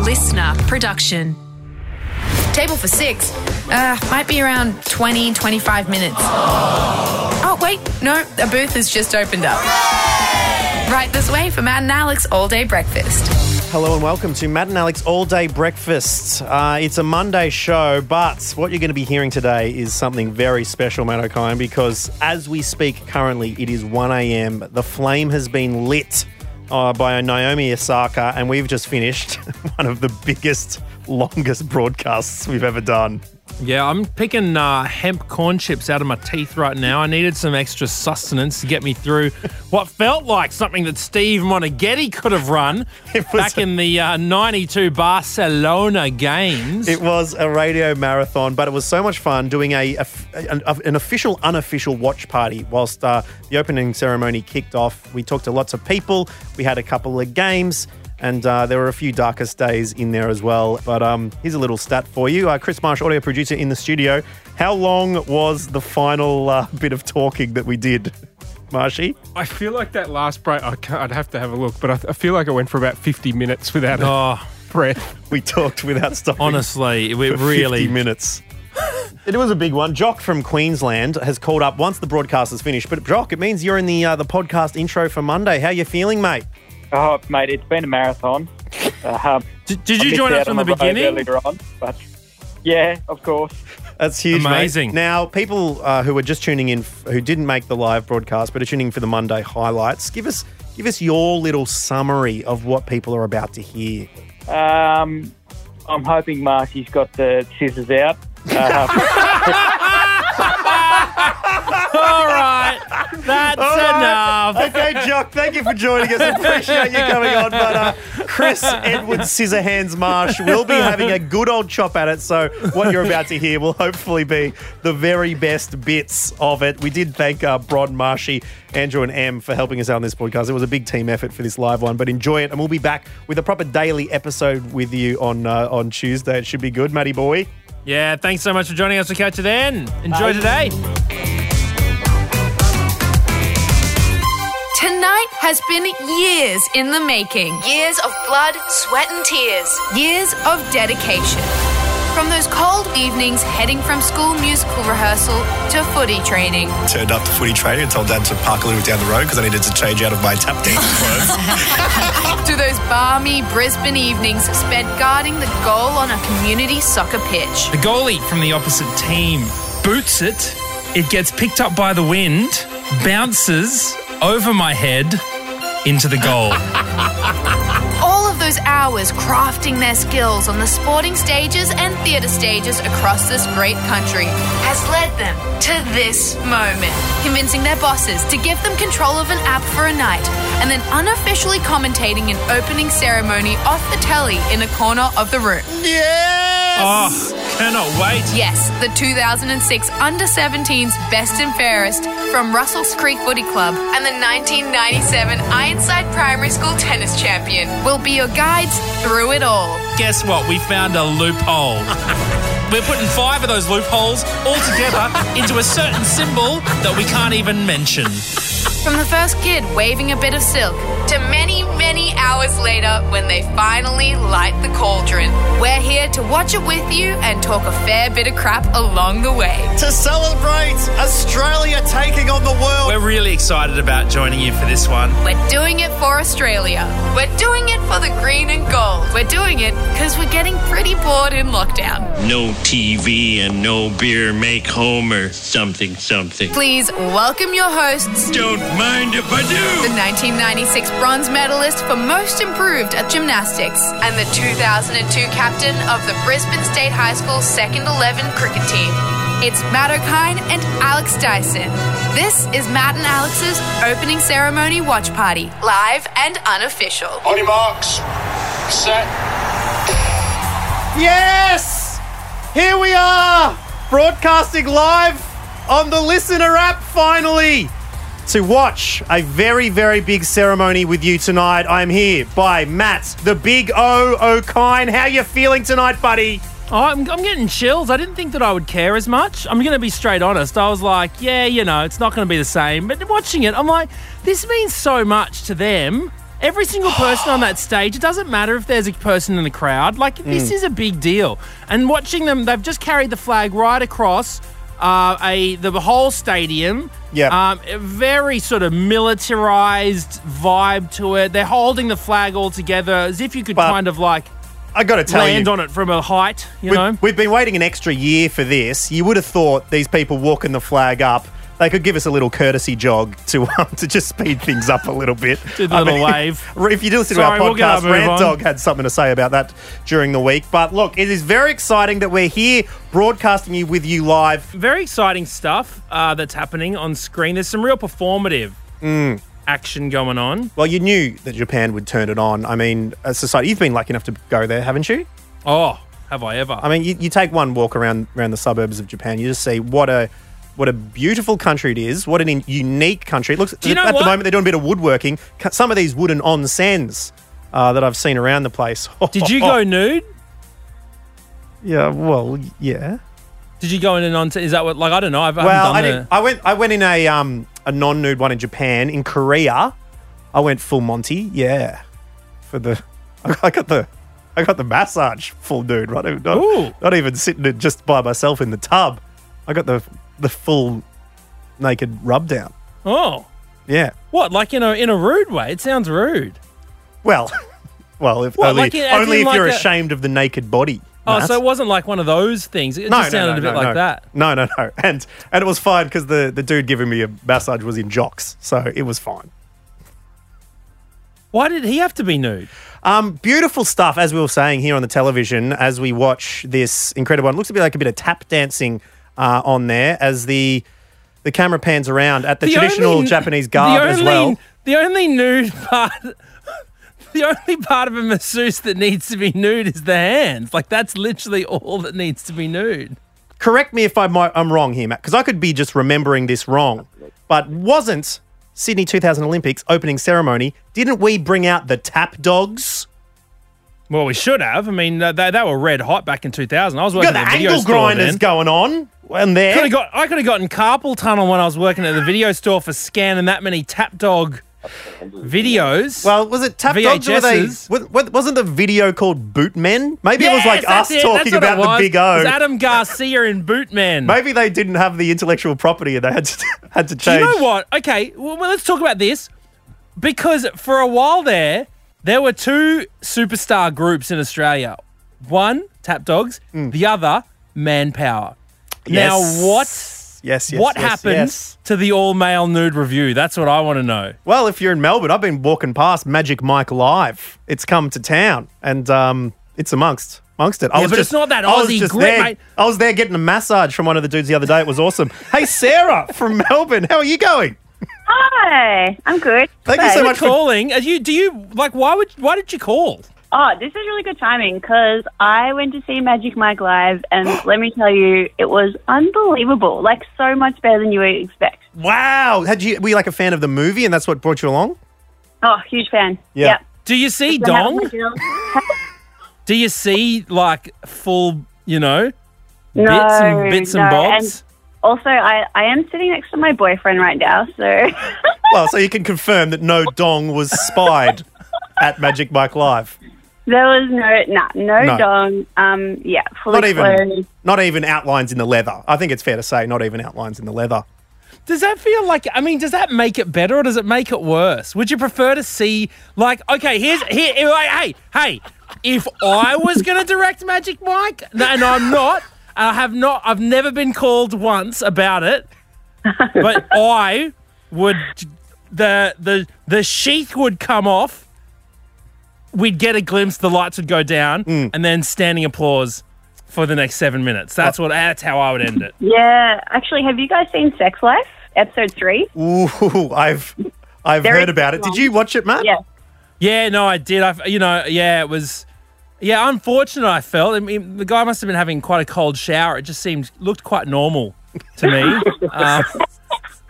listener production. Table for six. Uh, might be around 20, 25 minutes. Oh, wait, no, a booth has just opened up. Right this way for Matt and Alex all day breakfast. Hello and welcome to Matt and Alex All Day Breakfast. Uh, it's a Monday show, but what you're going to be hearing today is something very special, Matt O'Kine, because as we speak currently, it is 1 a.m. The flame has been lit uh, by Naomi Osaka, and we've just finished one of the biggest, longest broadcasts we've ever done. Yeah, I'm picking uh, hemp corn chips out of my teeth right now. I needed some extra sustenance to get me through what felt like something that Steve Monaghetti could have run was back in the uh, 92 Barcelona games. It was a radio marathon, but it was so much fun doing a, a- an, an official, unofficial watch party whilst uh, the opening ceremony kicked off. We talked to lots of people. We had a couple of games, and uh, there were a few darkest days in there as well. But um, here's a little stat for you: uh, Chris Marsh, audio producer in the studio. How long was the final uh, bit of talking that we did, Marshy? I feel like that last break, I can't, I'd have to have a look, but I, I feel like I went for about 50 minutes without a oh, breath. We talked without stopping. honestly, we for really 50 minutes. it was a big one. Jock from Queensland has called up once the broadcast is finished. But Jock, it means you're in the uh, the podcast intro for Monday. How you feeling, mate? Oh, mate, it's been a marathon. Uh, Did, did you join us from the beginning? Earlier on, but yeah, of course. That's huge, mate. Amazing. Now, people uh, who are just tuning in, f- who didn't make the live broadcast, but are tuning in for the Monday highlights, give us give us your little summary of what people are about to hear. Um, I'm hoping Marty's got the scissors out. Uh, All right, that's enough. Okay, Jock, thank you for joining us. Appreciate you coming on. But uh, Chris Edward Scissorhands Marsh will be having a good old chop at it. So what you're about to hear will hopefully be the very best bits of it. We did thank uh, Brod Marshy, Andrew, and Em for helping us out on this podcast. It was a big team effort for this live one. But enjoy it, and we'll be back with a proper daily episode with you on uh, on Tuesday. It should be good, Matty boy. Yeah, thanks so much for joining us. We'll catch you then. Enjoy today. Tonight has been years in the making. Years of blood, sweat, and tears. Years of dedication. From those cold evenings heading from school musical rehearsal to footy training. turned up to footy training and told dad to park a little down the road because I needed to change out of my tap dance clothes. to those balmy Brisbane evenings spent guarding the goal on a community soccer pitch. The goalie from the opposite team boots it. It gets picked up by the wind, bounces over my head into the goal. All of those hours crafting their skills on the sporting stages and theatre stages across this great country has led them to this moment, convincing their bosses to give them control of an app for a night and then unofficially commentating an opening ceremony off the telly in a corner of the room. Ah, Oh, cannot wait. Yes, the 2006 Under 17s Best and Fairest from Russell's Creek Footy Club and the 1997 Ironside Primary School Tennis Champion will be your guides through it all. Guess what? We found a loophole. We're putting five of those loopholes all together into a certain symbol that we can't even mention. From the first kid waving a bit of silk to many, many hours later when they finally light the cauldron. We're here to watch it with you and talk a fair bit of crap along the way. To celebrate Australia taking on the world. We're really excited about joining you for this one. We're doing it for Australia. We're doing it for the green and gold. We're doing it because we're getting pretty bored in lockdown. No TV and no beer make Homer something something. Please welcome your hosts, Don't mind if I the do. 1996 bronze medalist for most improved at gymnastics and the 2002 captain of the Brisbane State High School second 11 cricket team. It's Matt O'Kine and Alex Dyson. This is Matt and Alex's opening ceremony watch party, live and unofficial. On your marks, set, Yes! Here we are! Broadcasting live on the Listener app finally! To watch a very, very big ceremony with you tonight. I'm here by Matt, the big O O'Kine. How you feeling tonight, buddy? Oh, I'm, I'm getting chills. I didn't think that I would care as much. I'm going to be straight honest. I was like, yeah, you know, it's not going to be the same. But watching it, I'm like, this means so much to them. Every single person on that stage, it doesn't matter if there's a person in the crowd, like, Mm. this is a big deal. And watching them, they've just carried the flag right across uh, a the whole stadium. Yep. Um, a very sort of militarized vibe to it. They're holding the flag all together as if you could But- kind of like I got to tell land you, on it from a height, you we've, know? we've been waiting an extra year for this. You would have thought these people walking the flag up, they could give us a little courtesy jog to um, to just speed things up a little bit. Did the I little mean, wave. If you do listen Sorry, to our we'll get podcast, up, move Rant on. Dog had something to say about that during the week. But look, it is very exciting that we're here broadcasting you with you live. very exciting stuff uh, that's happening on screen. There's some real performative action going on. Mm. Well, you knew that Japan would turn it on. I mean, as society, you've been lucky enough to go there, haven't you? Oh, have I ever? I mean, you, you take one walk around around the suburbs of Japan, you just see what a what a beautiful country it is. What an in, unique country. It looks you know at what? the moment they're doing a bit of woodworking. Cu- Some of these wooden onsens uh, that I've seen around the place. Did you go nude? Yeah. Well, yeah. Did you go in and on? Is that what? Like I don't know. I've, I Well, I haven't did, done I went I went in a um a non nude one in Japan. In Korea, I went full Monty. Yeah. For the I got the. I got the massage full nude, right? Not, Ooh. not even sitting in- just by myself in the tub. I got the the full naked rub down. the. Oh, Yeah. what? Like in a in a rude way? It sounds rude. Well, well, if What, only, like in- as only in if you're like a- ashamed of the naked body. Oh, Matt. so it wasn't like one of those things. It just sounded a bit no, like no. that. No, no, no. And and it was fine because the, the dude giving me a massage was in jocks, so it was fine. Why did he have to be nude? Um, beautiful stuff, as we were saying here on the television, as we watch this incredible one. Looks to be like a bit of tap dancing uh, on there as the the camera pans around at the, traditional only- Japanese the garb as only- well. The only nude part, the only part of a masseuse that needs to be nude is the hands. Like that's literally all that needs to be nude. Correct me if I might, I'm wrong here, Matt, because I could be just remembering this wrong. But wasn't Sydney 2000 Olympics opening ceremony? Didn't we bring out the tap dogs? Well, we should have. I mean, uh, they, they were red hot back in 2000. I was We got working the at a video angle store grinders then. going on, and Could have there. got, I could have gotten carpal tunnel when I was working at the video store for scanning that many tap dog videos. Well, was it tap dogs? Were they, VHSs. wa- wa- wasn't the video called Boot Men? Maybe it was like Yes, us that's it. That's talking what it about the was. Big It was O. Adam Garcia in Bootman. Maybe they didn't have the intellectual property and they had to had to Do change. you know what? Okay, well, well, let's talk about this because for a while there, there were two superstar groups in Australia. One, Tap Dogs. The other, Manpower. Mm. Yes. Now, what? Yes, yes. what yes, happened yes. to the all male nude review? That's what I want to know. Well, if you're in Melbourne, I've been walking past Magic Mike Live. It's come to town, and um, it's amongst amongst it. I Yeah, was but just, it's not that I was Aussie just grit, there, mate. I was there getting a massage from one of the dudes the other day. It was awesome. hey, Sarah from Melbourne, how are you going? Hi, I'm good. Thank you so Good. much for Calling? Are you? Do you like? Why would? Why did you call? Oh, this is really good timing because I went to see Magic Mike live, and let me tell you, it was unbelievable. Like so much better than you would expect. wow. Had you were you like a fan of the movie, and that's what brought you along? Oh, huge fan. Yeah. Yep. Do you see So having dong? the girls- Do you see like full? You know, no, bits and bits no. and bobs. also, I, I am sitting next to my boyfriend right now, so Well, so you can confirm that no dong was spied at Magic Mike Live. there was no nah, no, No. dong. Um, yeah, fully Not even clothed. not even outlines in the leather. I think it's fair to say not even outlines in the leather. Does that feel like? I mean, does that make it better or does it make it worse? Would you prefer to see like? Okay, here's here. here, Hey, hey, hey! If I was gonna direct Magic Mike, no, and I'm not, and I have not. I've never been called once about it, but I would. The the the sheath would come off. We'd get a glimpse. The lights would go down, and then standing applause for the next seven minutes. That's what. That's how I would end it. Yeah, actually, have you guys seen Sex Life episode three? Ooh, I've I've Very heard about it. Did long. you watch it, Matt? Yeah. Yeah, no, I did. I, you know, yeah, it was, yeah, unfortunate. I felt. I mean, the guy must have been having quite a cold shower. It just seemed looked quite normal to me. uh,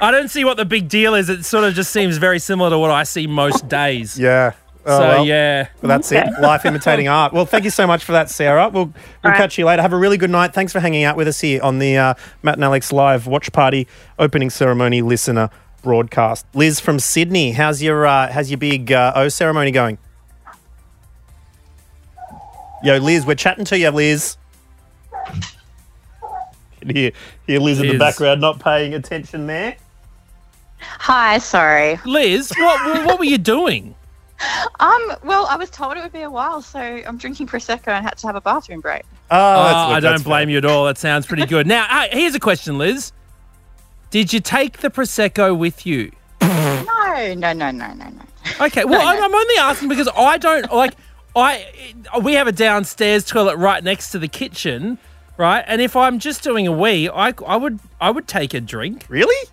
I don't see what the big deal is. It sort of just seems very similar to what I see most days. Yeah. Oh, So well. yeah, Well, that's it. Life imitating art. Well, thank you so much for that, Sarah. We'll, we'll right. catch you later. Have a really good night. Thanks for hanging out with us here on the uh, Matt and Alex Live Watch Party opening ceremony listener broadcast. Liz from Sydney, how's your uh, how's your big uh, O ceremony going? Yo, Liz, we're chatting to you, Liz. Can hear, hear Liz, in the Liz. background, not paying attention there. Hi, sorry. Liz, what, what- what were you doing? Um, well, I was told it would be a while, so I'm drinking prosecco and had to have a bathroom break. Oh, I don't blame you at all. That sounds pretty good. Now, uh, here's a question, Liz. Did you take the prosecco with you? No, no, no, no, no, no. Okay. Well, I'm, I'm only asking because I don't like. I we have a downstairs toilet right next to the kitchen, right? And if I'm just doing a wee, I, I would I would take a drink. Really?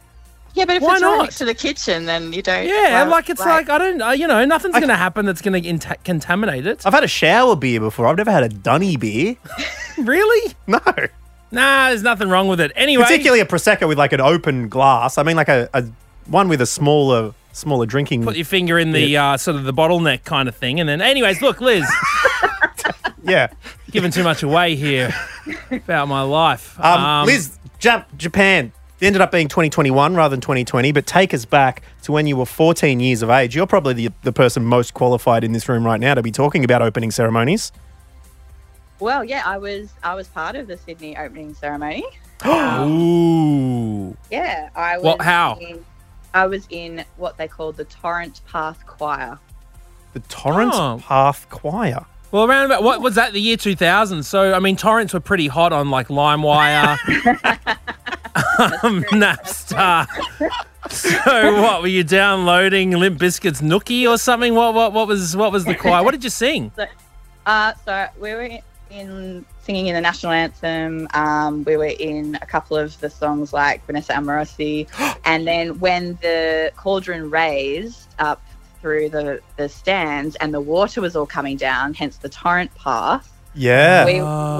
Yeah, but if Why it's right not? next to the kitchen, then you don't. Yeah, well, like it's like, I don't, uh, you know, nothing's going to happen that's going to inta contaminate it. I've had a shower beer before. I've never had a dunny beer. really? No. Nah, there's nothing wrong with it. Anyway, Particularly a prosecco with like an open glass. I mean, like a, a one with a smaller smaller drinking. put your finger in the uh, sort of the bottleneck kind of thing, and then, anyways, look, Liz, yeah, giving too much away here about my life. Um, Liz, jump Japan. It ended up being 2021 rather than 2020, but take us back to when you were 14 years of age. You're probably the, the person most qualified in this room right now to be talking about opening ceremonies. Well, yeah, I was I was part of the Sydney opening ceremony. Ooh. Yeah, I was. What- how? In, I was in what they called the Torrent Path Choir. The Torrance Oh. Path Choir. Well, around about what was that? The year 2000. So, I mean, torrents were pretty hot on like LimeWire, um, Napstar. So, what were you downloading? Limp Bizkit's Nookie or something? What what what was what was the choir? What did you sing? So, uh, so we were in, in singing in the national anthem. Um, we were in a couple of the songs like Vanessa Amorosi, and then when the cauldron raised up through the the stands and the water was all coming down, hence the torrent path. Yeah. We,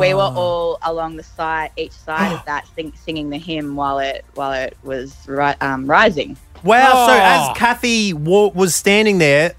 we were all along the side, each side of that, sing, singing the hymn while it while it was ri- um, rising. Wow. So Oh. as Kathy wa- was standing there,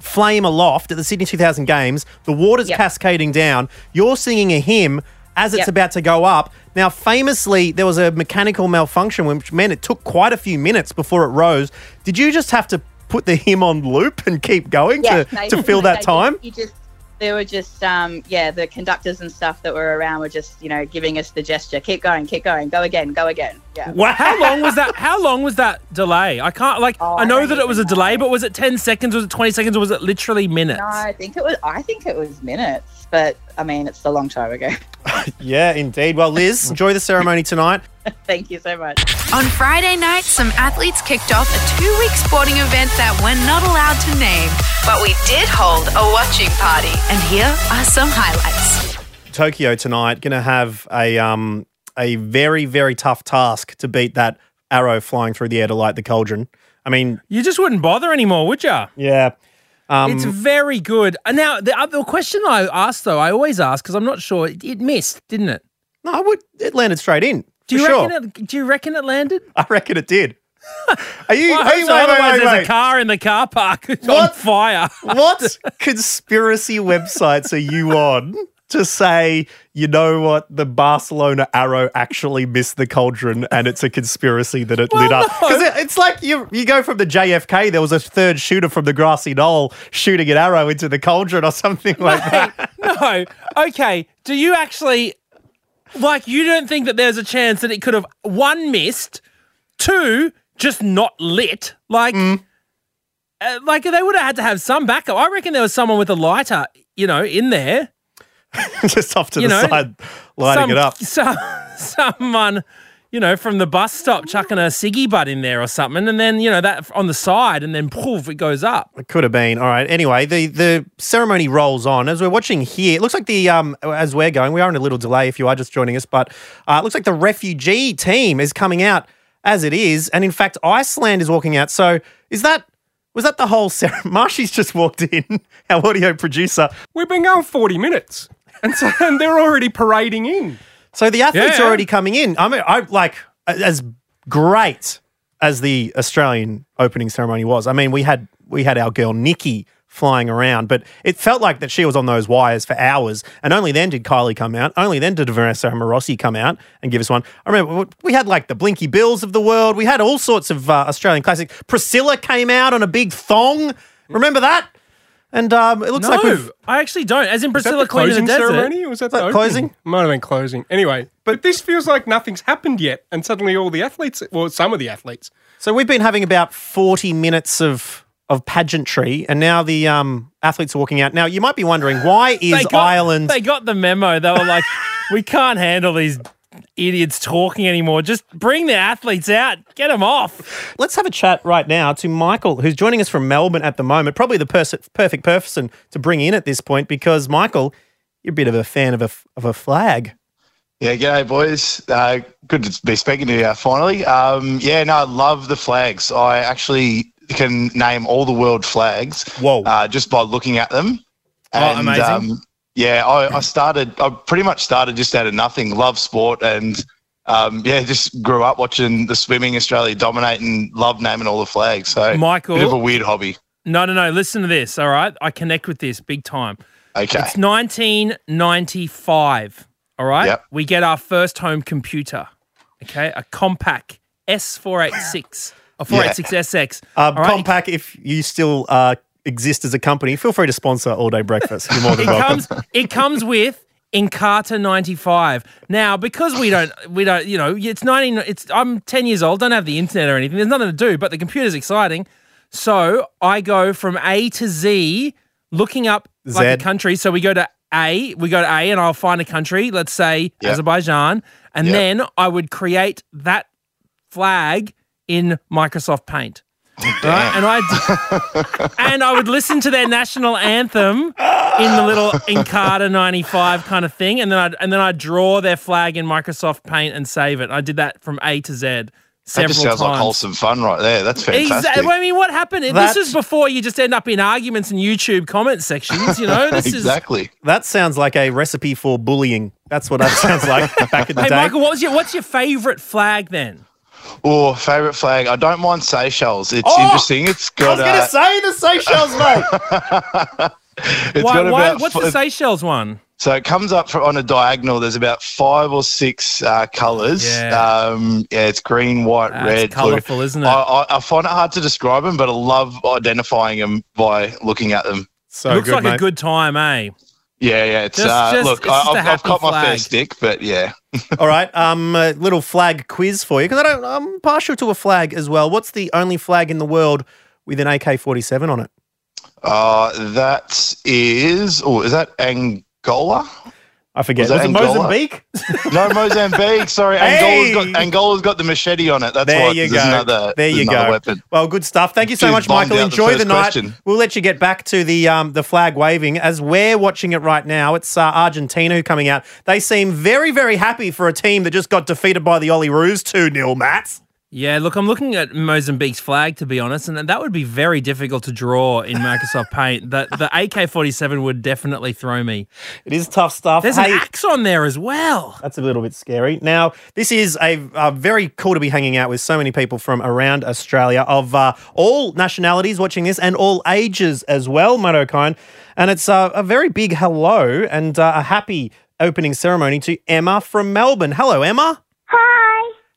flame aloft at the Sydney 2000 Games, the water's Yep. cascading down. You're singing a hymn as it's Yep. about to go up. Now, famously, there was a mechanical malfunction, which meant it took quite a few minutes before it rose. Did you just have to put the hymn on loop and keep going Yeah, to, they- to fill they that just- time? you just there were just um yeah the conductors and stuff that were around were just you know giving us the gesture keep going keep going go again go again yeah Wow. How long was that? How long was that delay? I can't like. I know that it was a delay, but was it 10 seconds? Was it 20 seconds? Or was it literally minutes? no I think it was I think it was minutes but I mean it's a long time ago Yeah, indeed. Well, Liz, enjoy the ceremony tonight. thank you so much On Friday night, some athletes kicked off a two week sporting event that we're not allowed to name, but we did hold a watching party. And here are some highlights. Tokyo tonight, going to have a um a very very tough task to beat that arrow flying through the air to light the cauldron. I mean, you just wouldn't bother anymore, would you? Yeah. Um, it's very good. And now the other question I asked though, I always ask because I'm not sure. It, it missed, didn't it? No, it, would, it landed straight in. Do you for sure. reckon? It, do you reckon it landed? I reckon it did. Are you? Well, I are hope you so, wait, wait, otherwise wait, there's wait. a car in the car park on What? fire. what conspiracy websites are you on to say you know what the Barcelona arrow actually missed the cauldron and it's a conspiracy that it lit up? no. Because it's like you you go from the JFK. There was a third shooter from the grassy knoll shooting an arrow into the cauldron or something like that. no. Okay. Do you actually like you don't think that there's a chance that it could have one missed, two just not lit? Like Mm. uh, like they would have had to have some backup. I reckon there was someone with a lighter, you know, in there. Just off to You the know, side, lighting some, it up. Some, someone, you know, from the bus stop chucking a ciggy butt in there or something, and then you know that on the side, and then poof, it goes up. It could have been. All right. Anyway, the, the ceremony rolls on. As we're watching here, it looks like the, um, as we're going, we are in a little delay if you are just joining us, but uh, it looks like the refugee team is coming out as it is. And in fact, Iceland is walking out. So is that, was that the whole ceremony? Marshy's just walked in, our audio producer. We've been going 40 minutes. And, so, and they're already parading in. So the athletes Yeah. are already coming in. I mean, I like as great as the Australian opening ceremony was. I mean, we had we had our girl Nikki flying around. But it felt like that she was on those wires for hours. And only then did Kylie come out. Only then did Vanessa Morossi come out and give us one. I remember we- we had like the Blinky Bills of the world. We had all sorts of uh, Australian classics. Priscilla came out on a big thong. Remember that? And um, it looks like no, we've I actually don't. As in Was that Priscilla the Queen of the closing Desert. ceremony? Or was that the opening? closing? Might have been closing. Anyway, but, this feels like nothing's happened yet, and suddenly all the athletes, well, some of the athletes, So we've been having about 40 minutes of of pageantry, and now the um, athletes are walking out. Now you might be wondering why They is got, Ireland? They got the memo. They were like, we can't handle these idiots talking anymore. Just bring the athletes out. Get them off. Let's have a chat right now to Michael, who's joining us from Melbourne at the moment. Probably the pers- perfect person to bring in at this point because Michael, you're a bit of a fan of a f- of a flag. Yeah, g'day, boys. Uh, good to be speaking to you uh, finally. Um, yeah, no, I love the flags. I actually can name all the world flags. Whoa! Uh, just by looking at them. um, Oh, amazing. yeah, I, I started. I pretty much started just out of nothing. Love sport and. Um, yeah, just grew up watching the swimming Australia dominate and love naming all the flags. So Michael- bit of a weird hobby. No, no, no. Listen to this. All right. I connect with this big time. Okay. It's 1995. All right. We get our first home computer. Okay. A Compaq S486. A 486SX. Uh, All right, it Compact, if you still uh, exist as a company, feel free to sponsor All Day Breakfast. You're more than it welcome. comes it comes with Encarta 95. Now, because we don't we don't, you know, it's 19 it's I'm 10 years old, don't have the internet or anything. There's nothing to do, but the computer's exciting. So, I go from A to Z looking up like Z. a country. So, we go to A, we go to A and I'll find a country, let's say Yep. Azerbaijan, and Yep. then I would create that flag in Microsoft Paint. Right? And I and I would listen to their national anthem in the little Encarta 95 kind of thing and then I'd, and then I'd draw their flag in Microsoft Paint and save it. I did that from A to Z That several just sounds times. like wholesome fun right there. That's fantastic. Exactly. I mean, what happened? That's- This is before you just end up in arguments in YouTube comment sections. You know, this is That sounds like a recipe for bullying. That's what that sounds like back in the Hey, day. Michael, what was your what's your favorite flag then? Oh, favourite flag. I don't mind Seychelles. It's Oh! interesting. It's got uh, say the Seychelles, mate. it's why, got why, about what's f- the Seychelles one? So it comes up for, on a diagonal. There's about five or six uh, colours. Yeah. Um, yeah, it's green, white, Ah, red, it's colourful, blue. isn't it? I, I, I find it hard to describe them, but I love identifying them by looking at them. So Looks like a good time, eh? Yeah, yeah. It's Just- uh, just- look. it's I, just a I've, I've happy caught my fair flag. stick, but yeah. All right, um, a little flag quiz for you because I don't. I'm partial to a flag as well. What's the only flag in the world with an AK-47 on it? Uh, that is. Oh, is that Angola? I forget. that Was it Angola? Mozambique? No, Mozambique. Sorry, Hey! Angola's got Angola's got the machete on it. That's there why you there's go. another. there there's you another go. Weapon. Well, good stuff. Thank you so much, Just bombed Michael. out the Enjoy the, first night. question. We'll let you get back to the um, the flag waving as we're watching it right now. It's uh, Argentina who coming out. They seem very very happy for a team that just got defeated by the Ollie Roos two 0 Matt. Yeah, look, I'm looking at Mozambique's flag to be honest, and that would be very difficult to draw in Microsoft Paint. The the AK-47 would definitely throw me. It is tough stuff. There's Hey. an axe on there as well. That's a little bit scary. Now, this is a, a very cool to be hanging out with so many people from around Australia of uh, all nationalities watching this and all ages as well, Motokine. And it's uh, a very big hello and uh, a happy opening ceremony to Emma from Melbourne. Hello, Emma. Hi.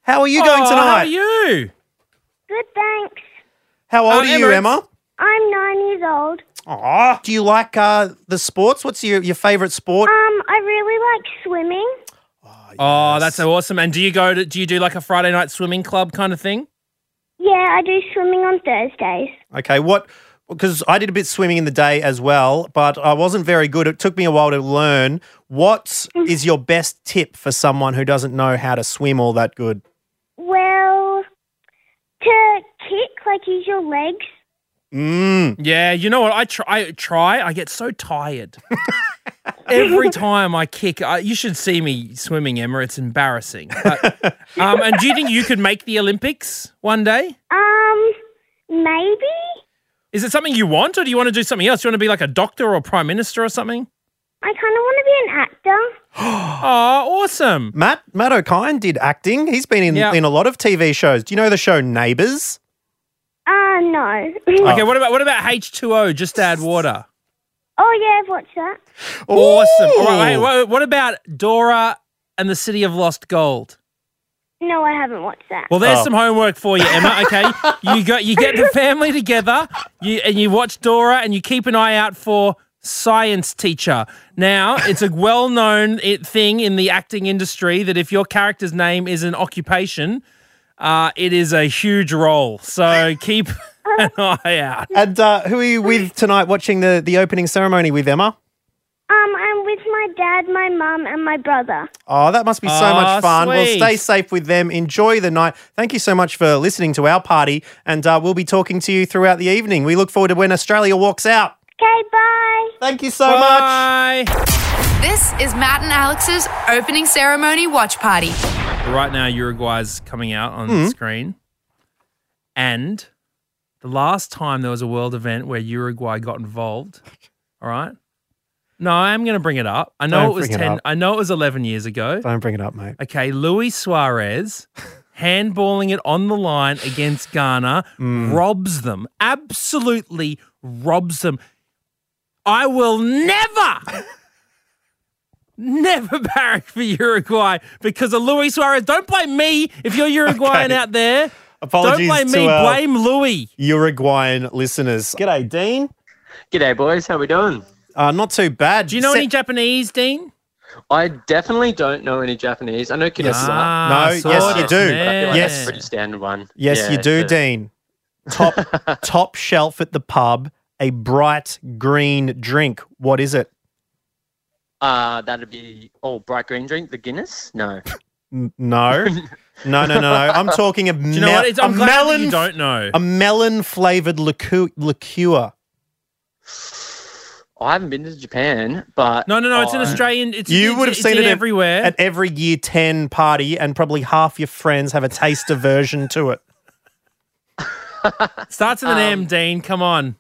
How are you going Aw, tonight? how are Oh, you? Uh, Good, thanks. How old are you, Emma? I'm nine years old. Aw. Do you like uh, the sports? What's your, your favourite sport? Um, I really like swimming. Ah, Oh, that's so awesome. And do you go to do you do like a Friday night swimming club kind of thing? Yeah, I do swimming on Thursdays. Okay, what? Because I did a bit swimming in the day as well, but I wasn't very good. It took me a while to learn. What is your best tip for someone who doesn't know how to swim all that good? Well, to kick, like use your legs. Mm. Yeah, you know what? I try. I try. I get so tired every time I kick. I, you should see me swimming, Emma. It's embarrassing. But, um, and do you think you could make the Olympics one day? Um, maybe. Is it something you want, or do you want to do something else? You want to be like a doctor or prime minister or something? I kind of want to be an actor. oh, awesome. Matt Matt O'Kine did acting. He's been in, Yeah. in a lot of TV shows. Do you know the show Neighbours? Uh, no. Mm. Oh. Okay, what about what about H2O? Just add water. Oh, yeah, I've watched that. Awesome. All right, wait, what, what about Dora and the City of Lost Gold? No, I haven't watched that. Well, Oh. there's some homework for you, Emma. Okay, you got you get the family together, you and you watch Dora, and you keep an eye out for science teacher. Now, it's a well-known it, thing in the acting industry that if your character's name is an occupation, uh, it is a huge role. So keep an eye out. And uh, who are you with tonight watching the, the opening ceremony with, Emma? Um, I'm with my dad, my mum, and my brother. Oh, that must be so Oh, much fun. Well, sweet. stay safe with them. Enjoy the night. Thank you so much for listening to our party, and uh, we'll be talking to you throughout the evening. We look forward to when Australia walks out. Okay, bye. Thank you Ah, so much. This is Matt and Alex's opening ceremony watch party. Right now, Uruguay's coming out on Mhm. Mm-hmm. the screen. And the last time there was a world event where Uruguay got involved, all right? No, I am going to bring it up. I know Don't it was bring it 10, up. I know it was 11 years ago. Don't bring it up, mate. Okay, Luis Suarez handballing it on the line against Ghana Mm. robs them. Absolutely robs them. I will never, never barrack for Uruguay because of Luis Suarez. Don't blame me if you're Uruguayan Okay. out there. Apologies Don't blame to uh, me. our- Blame Louis. Uruguayan listeners. G'day, Dean. G'day, boys. How we doing? Uh, not too bad. Do you know any Japanese, Dean? I definitely don't know any Japanese. I know Kinosawa. Yes. Ah, No, yes, sort you of, do. But I feel like that's Yes. a pretty standard one. Yes, Yeah, you do, so- Dean. Top top shelf at the pub, a bright green drink. What is it? Uh, that'd be oh, bright green drink, the Guinness. No, N- No. No, no, no, no. I'm talking a, Do you know mel- what? It's- I'm a glad that melon you don't know. A melon flavored liqueur. liqueur. I haven't been to Japan, but No, no, no. It's an I- Australian. It's, you it's- would have it's seen in it at- everywhere. at every year 10 party and probably half your friends have a taste aversion to it. Starts with an Um, M, Dean. Come on.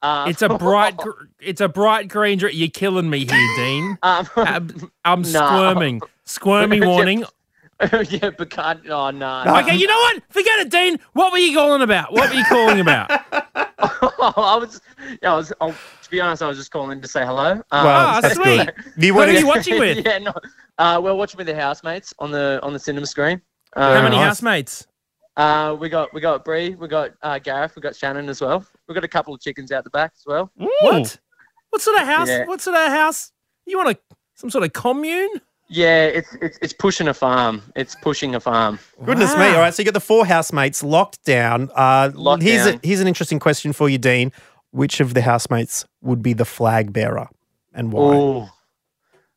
Uh, It's a bright, gr- it's a bright green. Dr- You're killing me here, Dean. Um, Ab- I'm no. squirming. Squirmy Yeah. warning. yeah, Bacardi. Oh no. Okay, you know what? Forget it, Dean. What were you calling about? What were you calling about? I was, yeah, I was. i to be honest, I was just calling to say hello. Um, Wow, Ah, that's sweet. good. Do you Who wanna- are you watching with? yeah, no, uh, we're watching with the housemates on the on the cinema screen. How Um, many housemates? Uh, we got we got Bree, we got uh, Gareth, we got Shannon as well. We got a couple of chickens out the back as well. Mm. What? What sort of house? Yeah. What sort of house? You want a some sort of commune? Yeah, it's it's, it's pushing a farm. It's pushing a farm. Goodness me. All right. So you got the four housemates locked down. Uh, Locked here's, down. A, here's an interesting question for you, Dean. Which of the housemates would be the flag bearer and why? Ooh.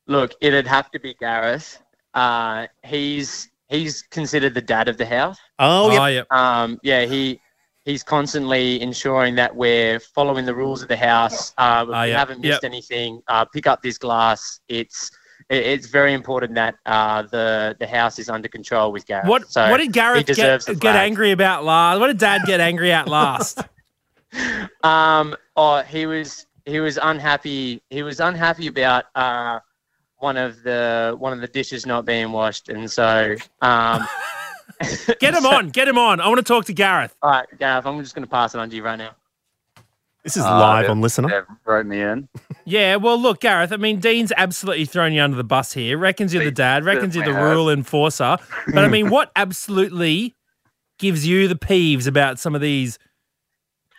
Look, it'd have to be Gareth. Uh, he's he's considered the dad of the house. Oh, yep. Oh, yep. Um, yeah, he he's constantly ensuring that we're following the rules of the house. Uh, we Oh, yep. haven't missed Yep. anything. Uh, pick up this glass. It's it, it's very important that uh, the the house is under control with Gareth. What? So what did he Gareth get, deserves the get flag. angry about last? What did Dad get angry at last? Um, oh, he was he was unhappy. He was unhappy about uh, one of the one of the dishes not being washed, and so um, Get him on. Get him on. I want to talk to Gareth. all right, Gav, I'm just going to pass it on to you right now. This Uh, is live on Listener. wrote me in. Yeah, well, look, Gareth. I mean, Dean's absolutely thrown you under the bus here. Reckons you're the dad. Reckons you're the certainly has. rule enforcer. But I mean, what absolutely gives you the peeves about some of these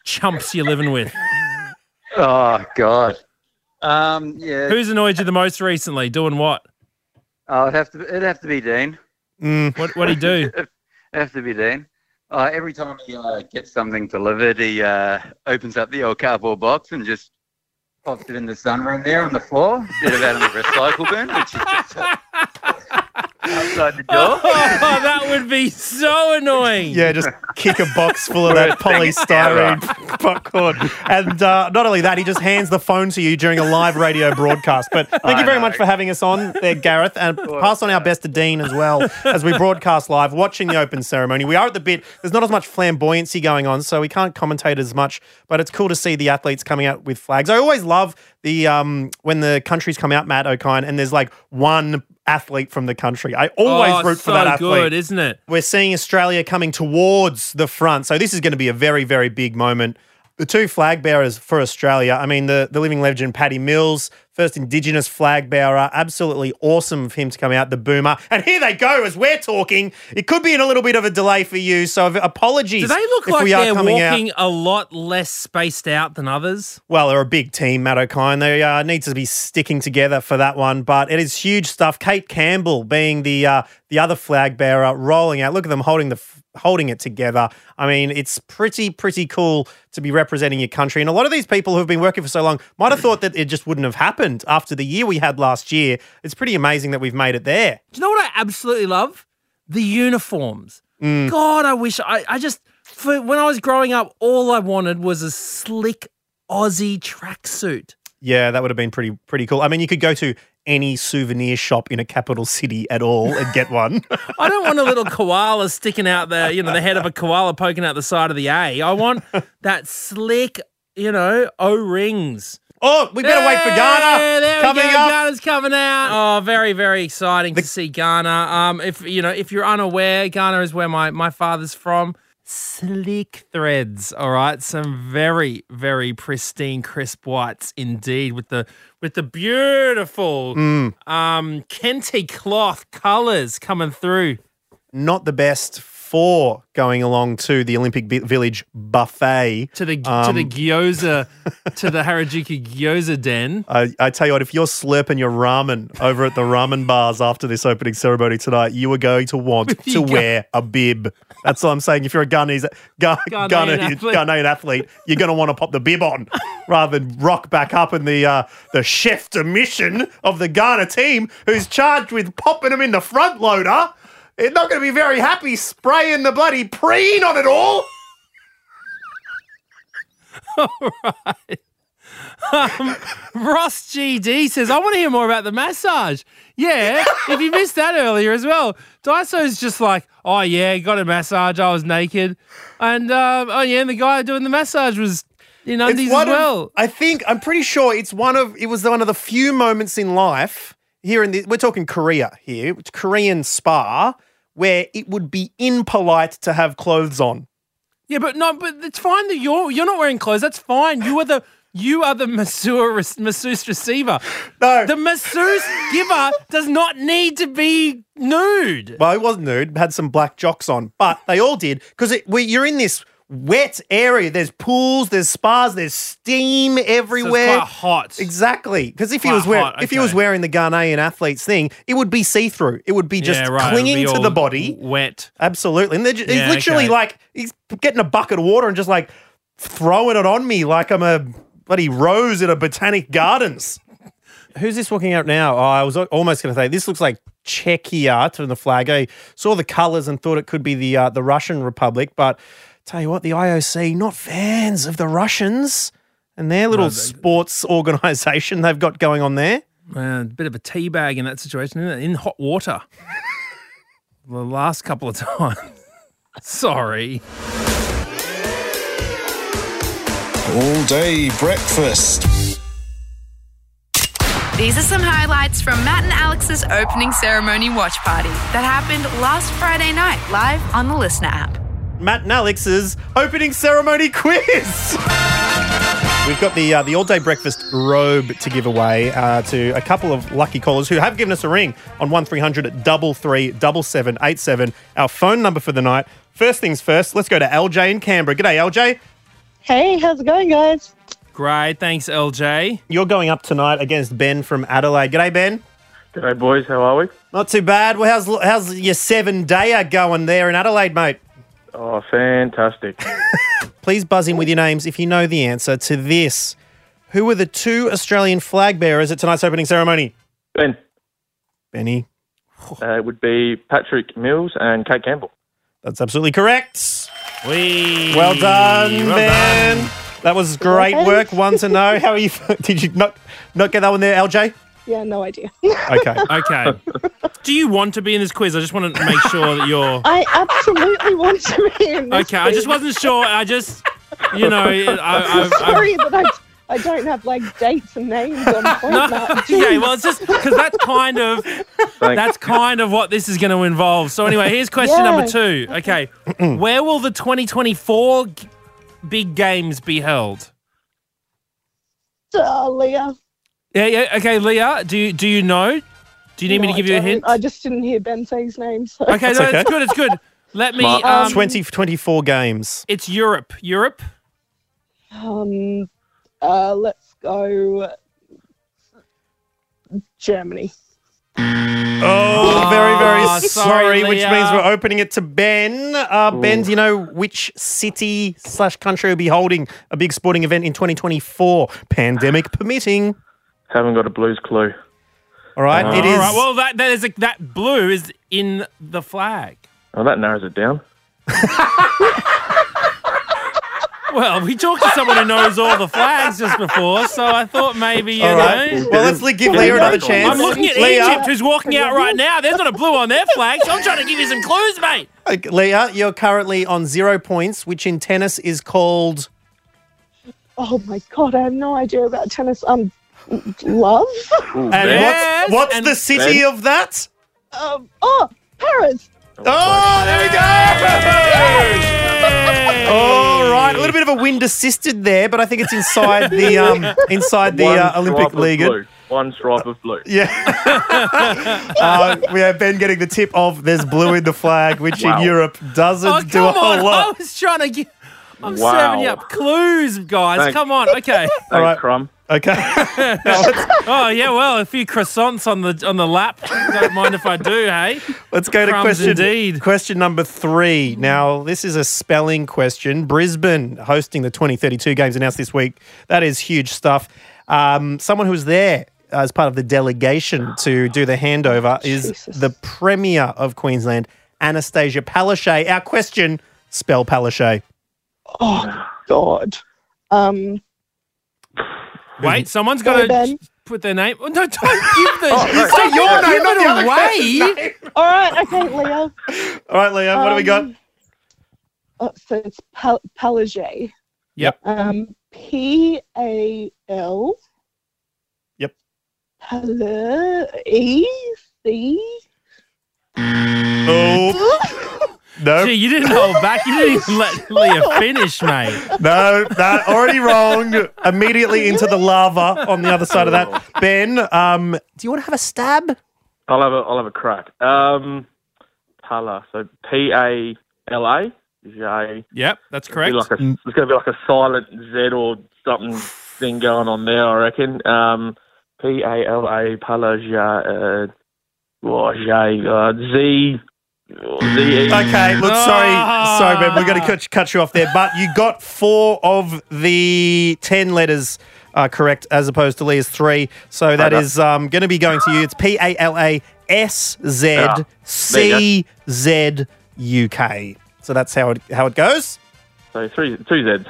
chumps you're living with? Oh God. Um, yeah. Who's annoyed you the most recently? Doing what? Oh, it'd have to. It'd have to be Dean. Mm. What? What would he do? it'd have to be Dean. Uh, every time he uh, gets something delivered, he uh, opens up the old cardboard box and just pops it in the sunroom there on the floor instead of out in the recycle bin, which is just, uh, outside the door. Oh, that would be so annoying. Yeah, just kick a box full of that polystyrene popcorn. And uh, not only that, he just hands the phone to you during a live radio broadcast. But thank you very much for having us on there, Gareth. And pass on our best to Dean as well as we broadcast live, watching the open ceremony. We are at the bit, there's not as much flamboyancy going on, so we can't commentate as much, but it's cool to see the athletes coming out with flags. I always love the um, when the countries come out, Matt O'Kine, and there's like one athlete from the country. I always Oh, root for so that athlete. good, isn't it? We're seeing Australia coming towards the front. So this is going to be a very, very big moment. The two flag bearers for Australia, I mean, the, the living legend Paddy Mills, first Indigenous flag bearer, absolutely awesome of him to come out, the boomer. And here they go as we're talking. It could be in a little bit of a delay for you, so apologies Do they look if like we are they're coming out. walking a lot less spaced out than others? Well, they're a big team, Matt O'Kine. They uh, need to be sticking together for that one, but it is huge stuff. Kate Campbell being the uh, the other flag bearer, rolling out. Look at them holding the f- holding it together. I mean, it's pretty pretty cool to be representing your country. And a lot of these people who've been working for so long might have thought that it just wouldn't have happened after the year we had last year. It's pretty amazing that we've made it there. Do you know what I absolutely love? The uniforms. Mm, God, I wish I, I just for when I was growing up, all I wanted was a slick Aussie tracksuit. Yeah, that would have been pretty pretty cool. I mean, you could go to any souvenir shop in a capital city at all and get one. I don't want a little koala sticking out the, you know, the head of a koala poking out the side of the A. I want that slick, you know, O rings. Oh, we better wait for Ghana. There Coming we go. up. Ghana's coming out. Oh, very, very exciting to see Ghana. Um, if you know, if you're unaware, Ghana is where my my father's from. Slick threads. All right, some very, very pristine, crisp whites indeed, with the with the beautiful Mm. um kente cloth colors coming through. not the best for going along to the Olympic Vi- Village buffet. Um, To the to the gyoza, to the Harajuku gyoza den. I, I tell you what, if you're slurping your ramen over at the ramen bars after this opening ceremony tonight, you are going to want to You go- wear a bib. That's all I'm saying. If you're a Ghanese, Ga- Ghanaian Ghanaian, athlete. athlete. Ghanaian athlete, you're going to want to pop the bib on rather than rock back up in the uh, the chef de mission of the Ghana team, who's charged with popping them in the front loader. They're not going to be very happy spraying the bloody preen on it all. Um, Ross GD says, I want to hear more about the massage. Yeah, if you missed that earlier as well, Daiso's just like, oh yeah, got a massage. I was naked, and um, oh yeah, and the guy doing the massage was in undies as one of- well. I think I'm pretty sure it's one of it was one of the few moments in life here in the we're talking Korea here, it's Korean spa, where it would be impolite to have clothes on. yeah, but no, but it's fine that you're you're not wearing clothes. That's fine. You are the you are the masseuse masseuse receiver. No, the masseuse giver does not need to be nude. Well, he wasn't nude, had some black jocks on, but they all did because you're in this wet area. There's pools, there's spas, there's steam everywhere. quite hot. Exactly. Because if he Quite was wearing hot, if he was okay. wearing the Ghanaian athlete's thing, it would be see through. It would be just Yeah, right, it would clinging be to all the body, wet. Absolutely. And they're ju- Yeah, he's literally okay. like he's getting a bucket of water and just like throwing it on me like I'm a bloody rose in a botanic gardens. Who's this walking out now? Oh, I was al- almost going to say this looks like Czechia from the flag. I saw the colours and thought it could be the uh, the Russian Republic, but tell you what, the IOC not fans of the Russians and their little sports organisation they've got going on there. Man, Uh, bit of a tea bag in that situation, isn't it? In hot water. the last couple of times. Sorry. All day breakfast. These are some highlights from Matt and Alex's opening ceremony watch party that happened last Friday night live on the Listener app. Matt and Alex's opening ceremony quiz. We've got the uh, the all day breakfast robe to give away uh, to a couple of lucky callers who have given us a ring on one 87 Our phone number for the night. First things first. Let's go to LJ in Canberra. G'day, LJ. Hey, how's it going, guys? Great. Thanks, LJ. You're going up tonight against Ben from Adelaide. G'day, Ben. G'day, boys. How are we? Not too bad. Well, how's how's your seven dayer going there in Adelaide, mate? Oh, fantastic. Please buzz in with your names if you know the answer to this. Who were the two Australian flag bearers at tonight's opening ceremony? Ben. Benny. Uh, it would be Patrick Mills and Kate Campbell. That's absolutely correct. We well done, Well Ben. That was great Well done. work. One to know. How are you? Did you not not get that one there, LJ? Yeah, no idea. Okay. okay. Do you want to be in this quiz? I just want to make sure that you're. I absolutely want to be in this Okay, I just quiz. wasn't sure. I just, you know, I, I, I, Sorry that I, I don't have like dates and names on point. Matt. okay, well, it's just because that's kind of that's kind of what this is going to involve. So anyway, here's question Yeah. number two. Okay, where will the 2024 g- big games be held? Uh, Leah. Yeah, yeah. Okay, Leah, do you do you know? Do you need me No, to give I you a don't. hint? I just didn't hear Ben say his name. So. Okay, no, it's good. It's good. Let me. Mark, Um, 20, 24 games. It's Europe. Europe. Um, uh, let's go. Germany. Oh, very, very Ah, sorry, sorry, which Leah. means we're opening it to Ben. Uh, ben, do you know which city slash country will be holding a big sporting event in 2024, pandemic permitting? Haven't got a blues clue. All right, Uh, it is. All right. Well, that that is a, that blue is in the flag. Well, Oh, that narrows it down. Well, we talked to someone who knows all the flags just before, so I thought maybe you All right. know. Well, let's li- give Leah another chance. I'm looking at Leah. Egypt, who's walking out right now. There's not a blue on their flag, so I'm trying to give you some clues, mate. Okay, Leah, you're currently on zero points, which in tennis is called. Oh my god, I have no idea about tennis. Um, love. and Ben. what's, what's the city Ben. of that? Um, oh, Paris. Oh, there we go. All right, a little bit of a wind assisted there, but I think it's inside the um, inside the One uh, stripe Olympic of League. blue. One stripe of blue. Yeah. uh, we have Ben getting the tip of there's blue in the flag, which Wow. in Europe doesn't Oh, do a come whole on. lot. I was trying to get. I'm Wow. serving you up clues, guys. Thanks. Come on. Okay. All right. Crumb. Okay. oh yeah, well, a few croissants on the on the lap. Don't mind if I do, hey. Let's go to Crumbs question Indeed. question number three. Now, this is a spelling question. Brisbane hosting the 2032 games announced this week. That is huge stuff. Um, someone who was there as part of the delegation to do the handover is the Premier of Queensland, Anastasia Palaszczuk. Our question: Spell Palaszczuk. Oh God. Um, Wait, someone's got to Ben. put their name. Oh, No, don't give the. Oh, right. don't Say your give name, not it the other away. person's All right. Okay, Leo. All right, Leah, what do we um, got? Oh, so it's Pal- Pelagie. Yep. Um, P A L. Yep. Pal E C. Oh. No. Gee, you didn't hold back. You didn't even let Leah finish, mate. No, that already wrong. Immediately into the lava on the other side of that. Ben, um, do you want to have a stab? I'll have a I'll have a crack. Um, Pala. So P A L A J. Yep, that's correct. Like a, There's going to be like a silent Z or something thing going on there, I reckon. Um, P A L A Pala J. Uh, oh, J uh, Z. Z. E. Okay, look, sorry, sorry, Ben, we're going to Ah. cut, cut you off there. But you got four of the ten letters uh, correct, as opposed to Leah's three. So that Okay. is um, going to be going to you. It's P A L A S Z Ah, there you C Z U K. So that's how it how it goes. So three two Zs.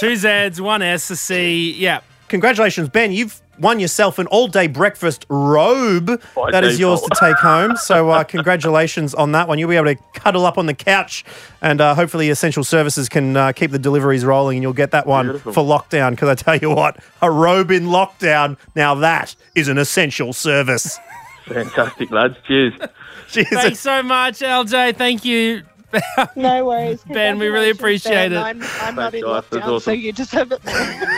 Two Z's, one S, a C. Yep. Congratulations, Ben. You've won yourself an all day breakfast robe. that is yours to take home. So, uh, congratulations on that one. You'll be able to cuddle up on the couch, and uh, hopefully, Essential Services can uh, keep the deliveries rolling and you'll get that one Beautiful. for lockdown. Because I tell you what, a robe in lockdown, now that is an essential service. Fantastic, lads. Cheers. Thanks so much, LJ. Thank you. no worries. Ben, we really appreciate Ben, it. I'm, I'm not in guys, lockdown, that's so awesome. you just have it.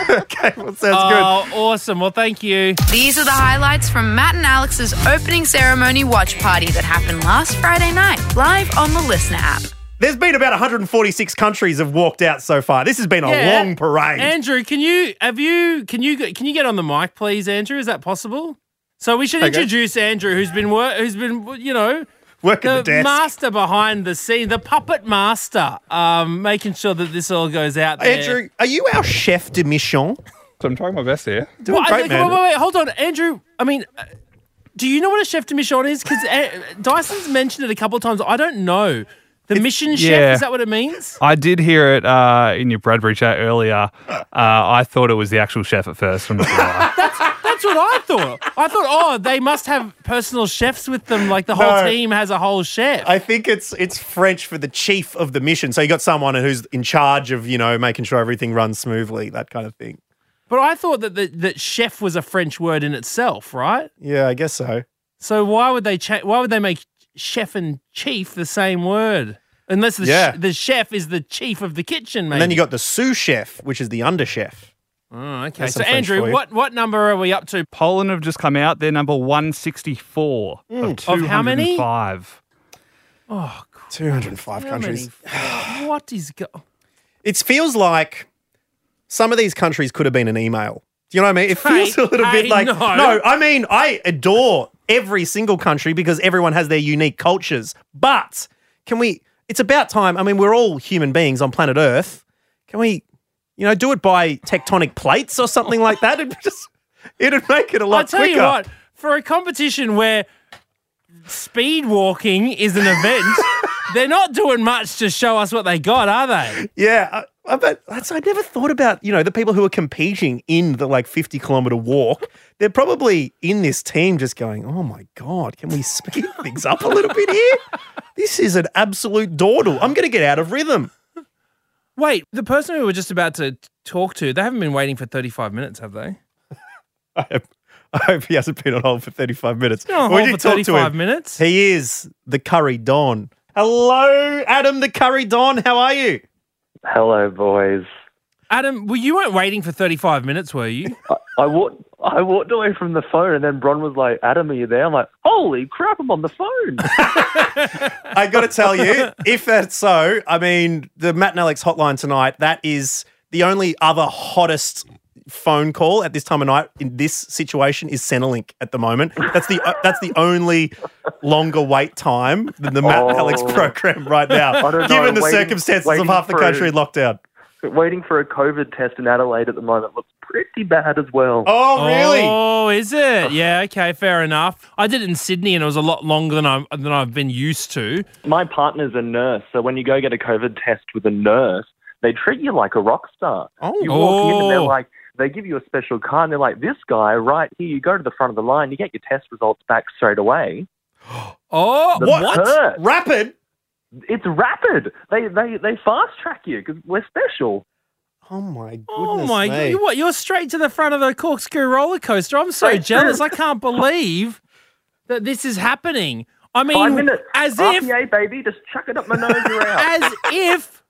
Sounds oh, awesome. Well, thank you. These are the highlights from Matt and Alex's opening ceremony watch party that happened last Friday night, live on the Listener app. There's been about 146 countries have walked out so far. This has been a Yeah. long parade. Andrew, can you have you can you can you get on the mic, please, Andrew? Is that possible? So we should Okay. introduce Andrew, who's been wor- who's been you know Working the desk. master behind the scene, the puppet master, um, making sure that this all goes out there. Andrew, are you our chef de mission? So I'm trying my best here. Doing Well, I great, think- man. Wait, wait, wait, hold on, Andrew. I mean, uh, do you know what a chef de mission is? Because Dyson's mentioned it a couple of times. I don't know. The mission chef yeah. is that what it means? I did hear it uh, in your Bradbury chat earlier. Uh, I thought it was the actual chef at first. I'm not gonna lie. That's what I thought. I thought, oh, they must have personal chefs with them. Like the whole No. team has a whole chef. I think it's it's French for the chief of the mission. So you got someone who's in charge of you know making sure everything runs smoothly, that kind of thing. But I thought that the, that chef was a French word in itself, right? Yeah, I guess so. So why would they cha- why would they make chef and chief the same word? Unless the Yeah. sh- the chef is the chief of the kitchen, maybe. And then you got the sous chef, which is the underchef. Oh, okay. There's So some French for Andrew, you. what what number are we up to? Poland have just come out. They're number 164 of Mm. Of how many? 205. Oh, 205 How countries. many- what is go- It feels like some of these countries could have been an email. Do you know what I mean? It Hey, feels a little hey, bit like no. I mean, I adore every single country because everyone has their unique cultures. But can we? It's about time. I mean, we're all human beings on planet Earth. Can we, you know, do it by tectonic plates or something like that? It'd just it'd make it a lot I'll tell quicker. you what, for a competition where speed walking is an event, they're not doing much to show us what they got, are they? Yeah, I, I bet that's. I never thought about you know the people who are competing in the like fifty kilometer walk. They're probably in this team just going, "Oh my god, can we speed things up a little bit here? This is an absolute dawdle. I'm going to get out of rhythm." Wait, the person we were just about to t- talk to, they haven't been waiting for 35 minutes, have they? I hope, I hope he hasn't been on hold for thirty five minutes. been on When hold you for talk to 35 him, minutes. He is the curry don. Hello, Adam, the curry don. How are you? Hello, boys. Adam, well, you weren't waiting for 35 minutes, were you? I walked. I walked away from the phone, and then Bron was like, "Adam, are you there?" I'm like, "Holy crap, I'm on the phone." I got to tell you, if that's so, I mean, the Matt and Alex hotline tonight, that is the only other hottest phone call at this time of night in this situation is Centrelink at the moment. That's the uh, that's the only longer wait time than the Matt and Alex Oh. program right now, I don't know, given the waiting- circumstances of waiting half the for- country in lockdown. Waiting for a COVID test in Adelaide at the moment looks pretty bad as well. Oh, is it? Yeah, okay, fair enough. I did it in Sydney and it was a lot longer than, I, than I've been used to. My partner's a nurse, so when you go get a COVID test with a nurse, they treat you like a rock star. Oh. You walk in and they're Oh. like, they give you a special card and they're like, this guy right here, you go to the front of the line, you get your test results back straight away. Oh, The what? perk. Rapid? It's rapid. They they, they fast track you because we're special. Oh my goodness. Oh my god! You, what? You're straight to the front of the corkscrew roller coaster. I'm so Straight jealous. through. I can't believe that this is happening. I mean, Five minutes. as if RPA, baby, just chuck it up my nose and out. as if.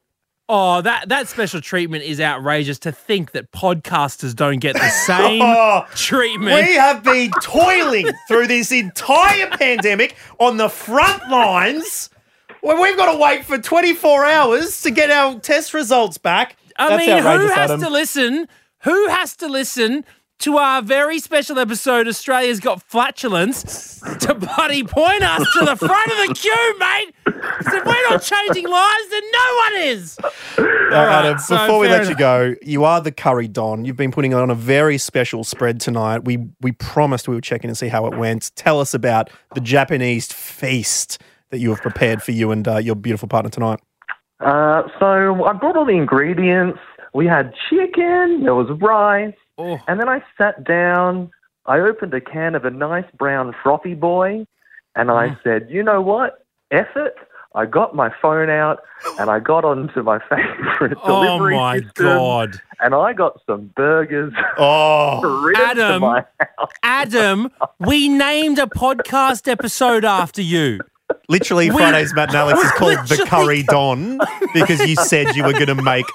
Oh, that that special treatment is outrageous. To think that podcasters don't get the same Oh, treatment. We have been toiling through this entire pandemic on the front lines. When we've got to wait for 24 hours to get our test results back. I That's mean, who outrageous, has Adam. to listen? Who has to listen to our very special episode, Australia's Got Flatulence, to bloody point us to the front of the queue, mate? 'Cause if we're not changing lives, then no one is. Now, Uh, Adam, so before we fair let you go, you are the curry don. You've been putting on a very special spread tonight. We we promised we would check in and see how it went. Tell us about the Japanese feast that you have prepared for you and uh, your beautiful partner tonight. Uh, so I brought all the ingredients. We had chicken, there was rice, Oh. and then I sat down. I opened a can of a nice brown frothy boy, and I Mm. said, "You know what? Eff it." I got my phone out and I got onto my favorite Oh delivery my system, God. and I got some burgers. Oh, delivered to Adam. my- Adam, we named a podcast episode after you. Literally, We- Friday's Matt and Alex is called the Curry Don because you said you were going to make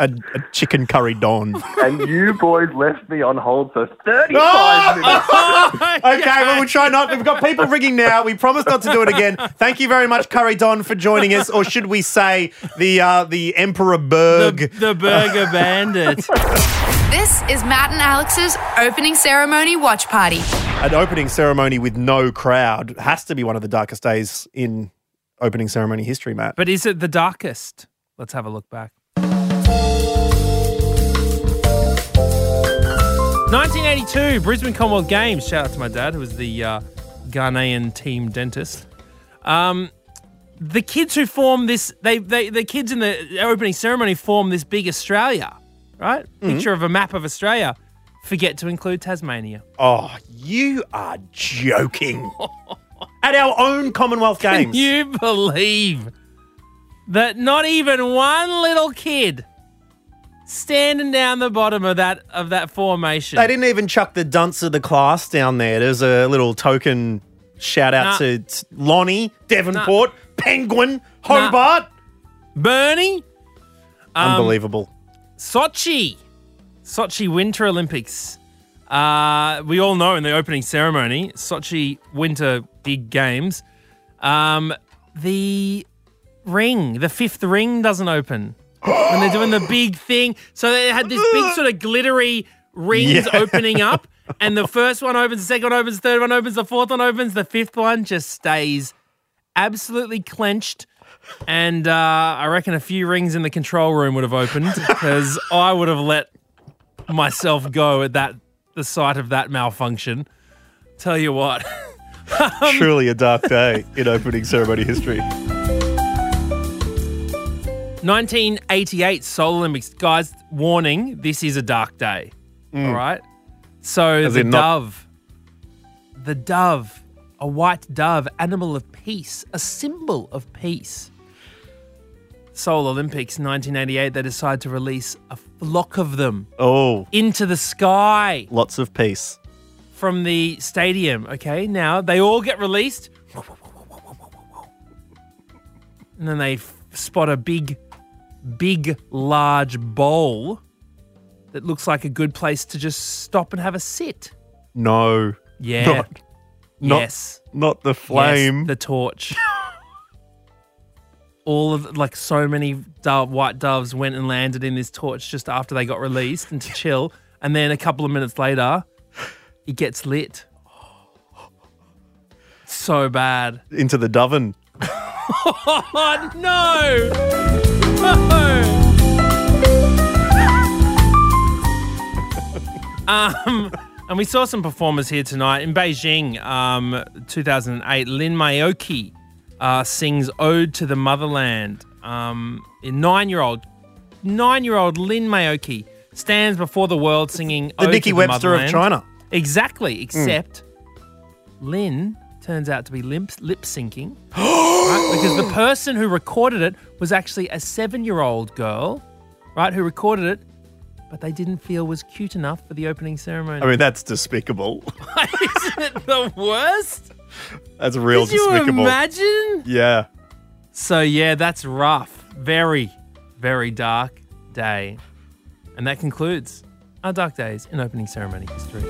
a, a chicken curry don. and you boys left me on hold for Oh! thirty-five minutes. okay, well, we'll try not. We've got people ringing now. We promise not to do it again. Thank you very much, Curry Don, for joining us, or should we say the uh, the Emperor Berg. The Burger Bandit. This is Matt and Alex's opening ceremony watch party. An opening ceremony with no crowd has to be one of the darkest days in opening ceremony history, Matt. But is it the darkest? Let's have a look back. 1982 Brisbane Commonwealth Games. Shout out to my dad, who was the uh, Ghanaian team dentist. Um, the kids who form this, they, they the kids in the opening ceremony form this big Australia, right? Picture of a map of Australia. Forget to include Tasmania. Oh, you are joking. At our own Commonwealth Can Games. you believe that not even one little kid standing down the bottom of that of that formation. They didn't even chuck the dunce of the class down there. There's a little token shout out Nah. to t- Lonnie, Devonport, Penguin, Hobart. Bernie. Um, Unbelievable. Sochi, Sochi Winter Olympics. Uh, we all know in the opening ceremony, Sochi Winter Big Games. Um, the ring, the fifth ring, doesn't open when they're doing the big thing. So they had this big sort of glittery rings Yeah. opening up, and the first one opens, the second one opens, the third one opens, the fourth one opens, the fifth one just stays absolutely clenched. And uh, I reckon a few rings in the control room would have opened because I would have let myself go at that the sight of that malfunction. Tell you what. Um, Truly a dark day in opening ceremony history. 1988 Seoul Olympics. Guys, warning, this is a dark day. All right? So Mm. As the in not- dove, the dove, a white dove, animal of peace, a symbol of peace. Seoul Olympics 1988, they decide to release a flock of them Oh, into the sky lots of peace. from the stadium. Okay, now they all get released. And then they f- spot a big, big, large bowl that looks like a good place to just stop and have a sit. No. Yeah. Not, not, Yes. Not the Yes, flame. the torch. all of like so many dove, white doves went and landed in this torch just after they got released and to chill. And then a couple of minutes later, it gets lit. So bad. Into the doven. Oh no! No! um, and we saw some performers here tonight in Beijing, um, 2008. Lin Mayoki uh, sings "Ode to the Motherland." Um, a nine-year-old, nine-year-old Lin Mayoki stands before the world singing The "Ode Nikki to Webster of Motherland." China. Hmm. Exactly, except Lynn turns out to be limp, lip syncing. right? Because the person who recorded it was actually a seven year old girl, right, who recorded it, but they didn't feel was cute enough for the opening ceremony. I mean, that's despicable. isn't it the worst? That's real Could you despicable. imagine? Yeah. So, yeah, that's rough. Very, very dark day. And that concludes our Dark Days in Opening Ceremony History.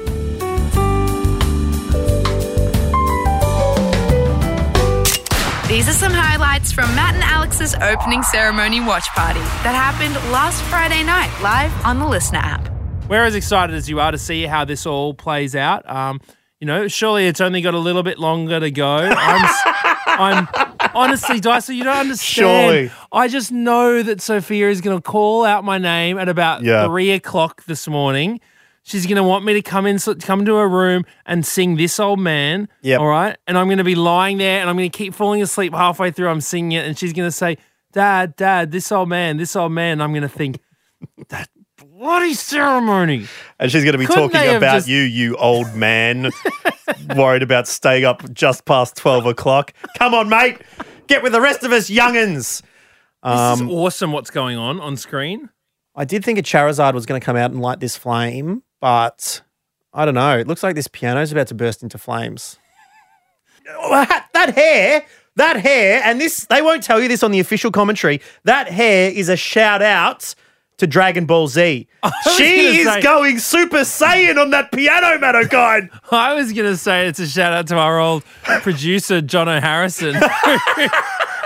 These are some highlights from Matt and Alex's opening ceremony watch party that happened last Friday night live on the Listener app. We're as excited as you are to see how this all plays out. Um, you know, surely it's only got a little bit longer to go. I'm, s- I'm honestly, Dyson, you don't Surely. understand. I just know that Sophia is going to call out my name at about Yeah. three o'clock this morning. She's going to want me to come in, so- come to her room and sing this old man. Yep. All right. And I'm going to be lying there and I'm going to keep falling asleep halfway through. I'm singing it. And she's going to say, Dad, Dad, this old man, this old man. And I'm going to think, that bloody ceremony. And she's going to be Couldn't they talking have about just- you, you old man, worried about staying up just past 12 o'clock. Come on, mate. Get with the rest of us Um, youngins. this is awesome what's going on on screen. I did think a Charizard was going to come out and light this flame, but I don't know. It looks like this piano's about to burst into flames. Oh, that that hair, that hair, and this, they won't tell you this on the official commentary. That hair is a shout out to Dragon Ball Z. She is gonna say- going Super Saiyan on that piano, Matokine. I was going to say it's a shout out to our old producer, John O'Harrison.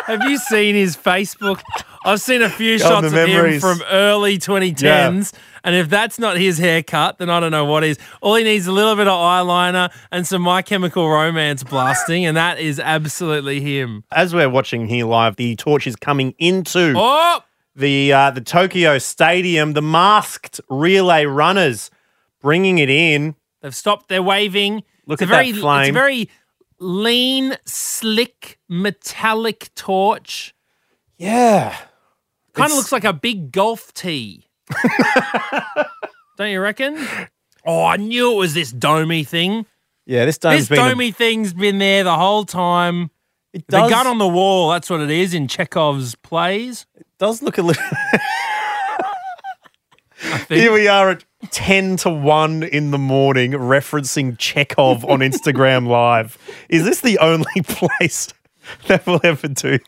Have you seen his Facebook? I've seen a few God, shots the of memories. him from early 2010s. And if that's not his haircut, then I don't know what is. All he needs is a little bit of eyeliner and some My Chemical Romance blasting, and that is absolutely him. As we're watching here live, the torch is coming into Oh! the uh, the Tokyo Stadium. The masked relay runners bringing it in. They've stopped. They're waving. Look it's at a very, that flame. It's a very lean, slick, metallic torch. Yeah. Kind It's- of looks like a big golf tee. Don't you reckon? Oh, I knew it was this domey thing. Yeah, this this domey thing's been there the whole time. does- The gun on the wall, that's what it is in Chekhov's plays. It does look a little. Here we are at 10 to 1 in the morning referencing Chekhov on Instagram Live. Is this the only place that will ever do,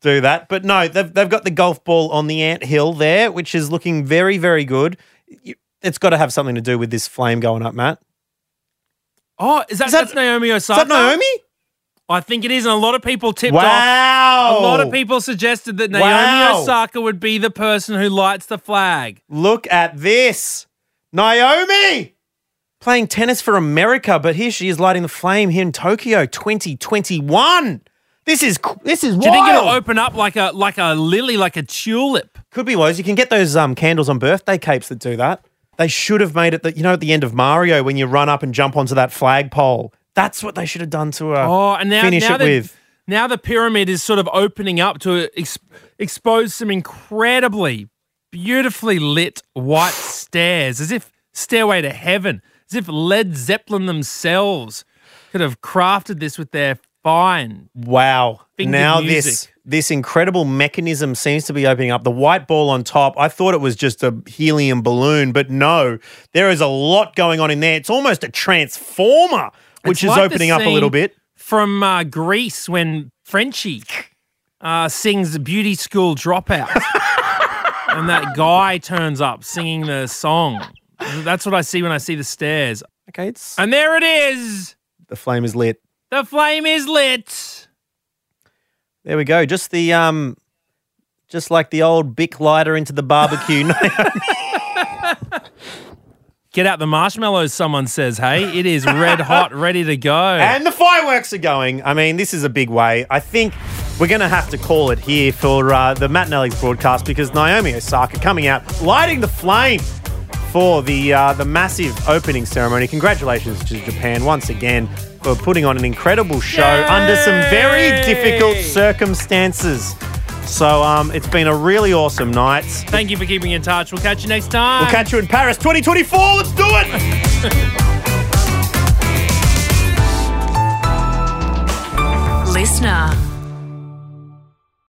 do that? But no, they've, they've got the golf ball on the ant hill there, which is looking very, very good. You- It's got to have something to do with this flame going up, Matt. Oh, is that, that's Naomi Osaka? Is that Naomi? I think it is, and a lot of people tipped Wow. off. A lot of people suggested that Naomi Wow. Osaka would be the person who lights the flag. Look at this. Naomi playing tennis for America, but here she is lighting the flame here in Tokyo 2021. This is c- this is Do you think it'll wild. open up like a like a lily, like a tulip? Could be Woz. You can get those um, candles on birthday capes that do that. They should have made it that you know at the end of Mario when you run up and jump onto that flagpole. That's what they should have done to her. Oh, and now finish now it the, with. now the pyramid is sort of opening up to ex- expose some incredibly beautifully lit white stairs, as if stairway to heaven, as if Led Zeppelin themselves could have crafted this with their fine. Wow. Finger now this music. this incredible mechanism seems to be opening up. The white ball on top. I thought it was just a helium balloon, but no, there is a lot going on in there. It's almost a transformer, which It's is like the opening up a little scene bit. from uh, Greece when Frenchie uh, sings "Beauty School Dropout," and that guy turns up singing the song. That's what I see when I see the stairs. Okay, it's and there it is. The flame is lit. The flame is lit. There we go. Just the um, just like the old bic lighter into the barbecue. Get out the marshmallows, someone says. Hey, it is red hot, ready to go. And the fireworks are going. I mean, this is a big way. I think we're going to have to call it here for uh, the Matt Nellie's broadcast because Naomi Osaka coming out, lighting the flame for the uh, the massive opening ceremony. Congratulations to Japan once again for putting on an incredible show under some very difficult circumstances. So um, it's been a really awesome night. Thank you for keeping in touch. We'll catch you next time. We'll catch you in Paris 2024. Let's do it. Listener.